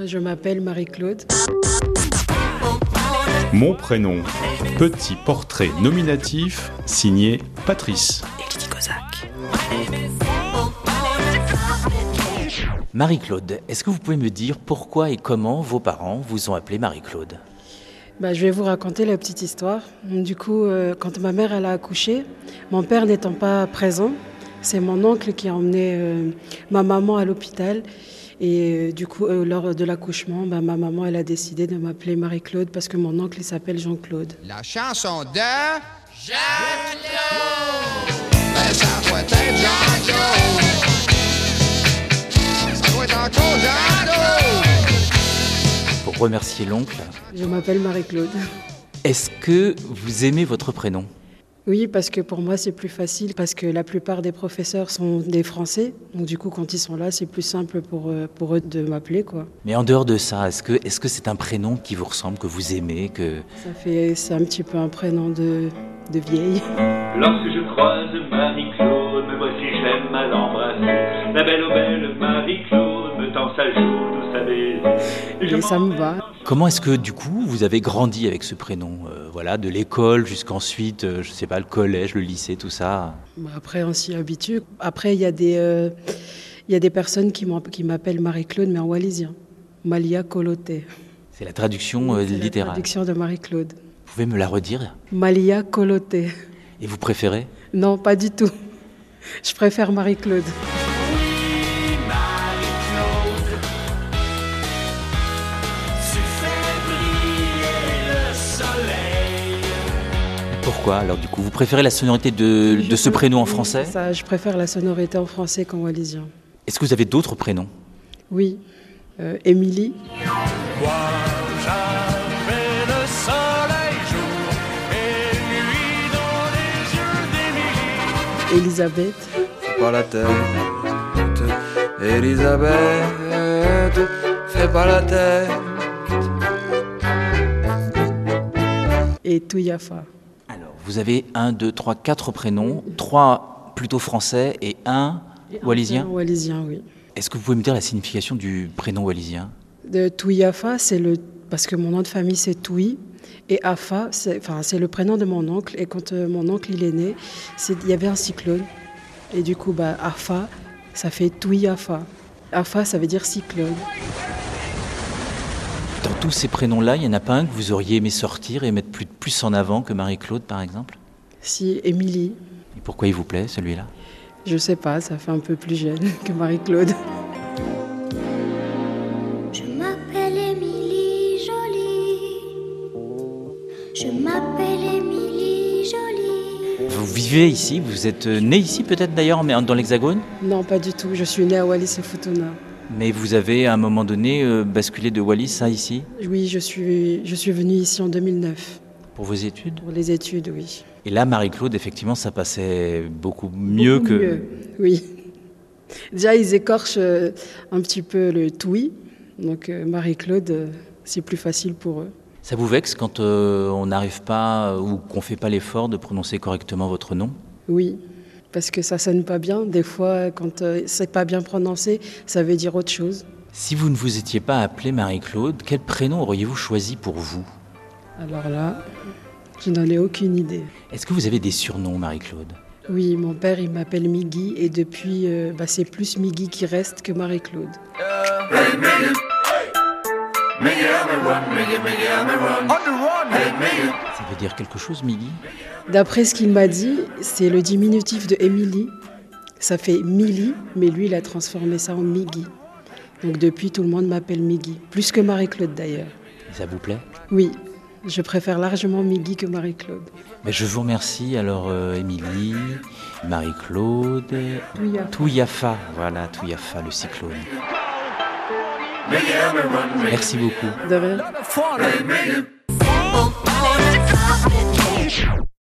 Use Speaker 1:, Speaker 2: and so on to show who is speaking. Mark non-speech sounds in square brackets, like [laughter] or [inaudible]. Speaker 1: Euh, je m'appelle Marie-Claude.
Speaker 2: Mon prénom, petit portrait nominatif signé Patrice.
Speaker 3: Marie-Claude, est-ce que vous pouvez me dire pourquoi et comment vos parents vous ont appelé Marie-Claude
Speaker 1: Bah, je vais vous raconter la petite histoire. Du coup, euh, quand ma mère elle a accouché, mon père n'étant pas présent, c'est mon oncle qui a emmené euh, ma maman à l'hôpital. Et euh, du coup, euh, lors de l'accouchement, bah, ma maman elle a décidé de m'appeler Marie-Claude parce que mon oncle il s'appelle Jean-Claude.
Speaker 4: La chanson de Jean-Claude. Mais ça doit être Jean-Claude. Ça doit être encore Jean-Claude.
Speaker 3: Pour remercier l'oncle,
Speaker 1: Je m'appelle Marie-Claude. [laughs]
Speaker 3: est-ce que vous aimez votre prénom
Speaker 1: Oui, parce que pour moi, c'est plus facile, parce que la plupart des professeurs sont des Français. Donc, du coup, quand ils sont là, c'est plus simple pour, euh, pour eux de m'appeler, quoi.
Speaker 3: Mais en dehors de ça, est-ce que est-ce que c'est un prénom qui vous ressemble, que vous aimez, que
Speaker 1: Ça fait, c'est un petit peu un prénom de, de vieille.
Speaker 5: Lorsque je croise Marie-Claude, me voici, j'aime à l'embrasser. La belle, oh belle Marie-Claude me tend sa joue, vous savez.
Speaker 1: Et ça me va.
Speaker 3: comment est-ce que du coup vous avez grandi avec ce prénom euh, Voilà, de l'école jusqu'ensuite, euh, je sais pas, le collège, le lycée, tout ça.
Speaker 1: Bah, Après, on s'y habitue. Après, il y, a des, euh, il y a des personnes qui m'en- qui m'appellent Marie-Claude, mais en wallisien. Malia Koloté.
Speaker 3: C'est la traduction euh,
Speaker 1: C'est la
Speaker 3: littérale.
Speaker 1: traduction de Marie-Claude.
Speaker 3: Vous pouvez me la redire
Speaker 1: Malia Koloté.
Speaker 3: Et vous préférez
Speaker 1: [laughs] Non, pas du tout. [laughs] Je préfère Marie-Claude.
Speaker 3: Pourquoi Alors du coup, vous préférez la sonorité de, de
Speaker 1: Je
Speaker 3: ce
Speaker 1: peux-
Speaker 3: prénom en
Speaker 1: oui,
Speaker 3: français
Speaker 1: c'est ça, Je préfère la sonorité en français qu'en hein. wallisien.
Speaker 3: Est-ce que vous avez d'autres prénoms
Speaker 1: Oui, Euh, Émilie. Elisabeth,
Speaker 6: Fais pas la tête, Elisabeth, fais pas la tête.
Speaker 1: et Touyafa.
Speaker 3: Alors, vous avez un, deux, trois, quatre prénoms, trois plutôt français et un wallisien.
Speaker 1: Wallisien, Euh, oui.
Speaker 3: Est-ce que vous pouvez me dire la signification du prénom wallisien
Speaker 1: De Euh, Touyafa, c'est le. Parce que mon nom de famille, c'est Touy. Et Afa, c'est enfin, c'est le prénom de mon oncle. Et quand euh, mon oncle il est né, c'est- il y avait un cyclone. Et du coup, bah, Afa, ça fait Touyafa. Afa, ça veut dire cyclone.
Speaker 3: Dans tous ces prénoms-là, il n'y en a pas un que vous auriez aimé sortir et mettre plus, plus en avant que Marie-Claude, par exemple
Speaker 1: Si Émilie,
Speaker 3: Et pourquoi il vous plaît, celui-là
Speaker 1: je sais pas, ça fait un peu plus jeune [laughs] que Marie-Claude.
Speaker 7: Je m'appelle Émilie Jolie. Je m'appelle Émilie Jolie.
Speaker 3: Vous vivez ici, vous êtes euh, né ici peut-être d'ailleurs, mais en- dans l'Hexagone
Speaker 1: Non, pas du tout. Je suis née à Wallis et Futuna.
Speaker 3: mais vous avez à un moment donné euh, basculé de Wallis à ici
Speaker 1: Oui, je suis, je suis venue ici en 2009
Speaker 3: pour vos études.
Speaker 1: pour les études, oui.
Speaker 3: Et là, Marie-Claude, effectivement, ça passait beaucoup mieux
Speaker 1: Beaucoup
Speaker 3: que.
Speaker 1: mieux, oui. [laughs] Déjà, ils écorchent euh, un petit peu le toui. Donc, euh, Marie-Claude, euh, c'est plus facile pour eux.
Speaker 3: Ça vous vexe quand euh, on n'arrive pas euh, ou qu'on fait pas l'effort de prononcer correctement votre nom
Speaker 1: Oui, parce que ça sonne pas bien. Des fois, quand euh, c'est pas bien prononcé, ça veut dire autre chose.
Speaker 3: Si vous ne vous étiez pas appelé Marie-Claude, quel prénom auriez-vous choisi pour vous
Speaker 1: Alors là, je n'en ai aucune idée.
Speaker 3: Est-ce que vous avez des surnoms, Marie-Claude
Speaker 1: Oui, mon père, il m'appelle Miggy et depuis, euh, bah, c'est plus Miggy qui reste que Marie-Claude.
Speaker 3: Ça veut dire quelque chose, Miggy
Speaker 1: D'après ce qu'il m'a dit, c'est le diminutif de Émilie. Ça fait Millie, mais lui, il a transformé ça en Miggy. Donc depuis, tout le monde m'appelle Miggy. Plus que Marie-Claude d'ailleurs.
Speaker 3: Et Ça vous plaît
Speaker 1: Oui, je préfère largement Miggy que Marie-Claude.
Speaker 3: Ben, Je vous remercie. Alors, euh, Émilie, Marie-Claude,
Speaker 1: Touyafa.
Speaker 3: Touyafa. Voilà, Touyafa, le cyclone. Merci beaucoup.
Speaker 1: De rien.
Speaker 6: Fais pas la tête.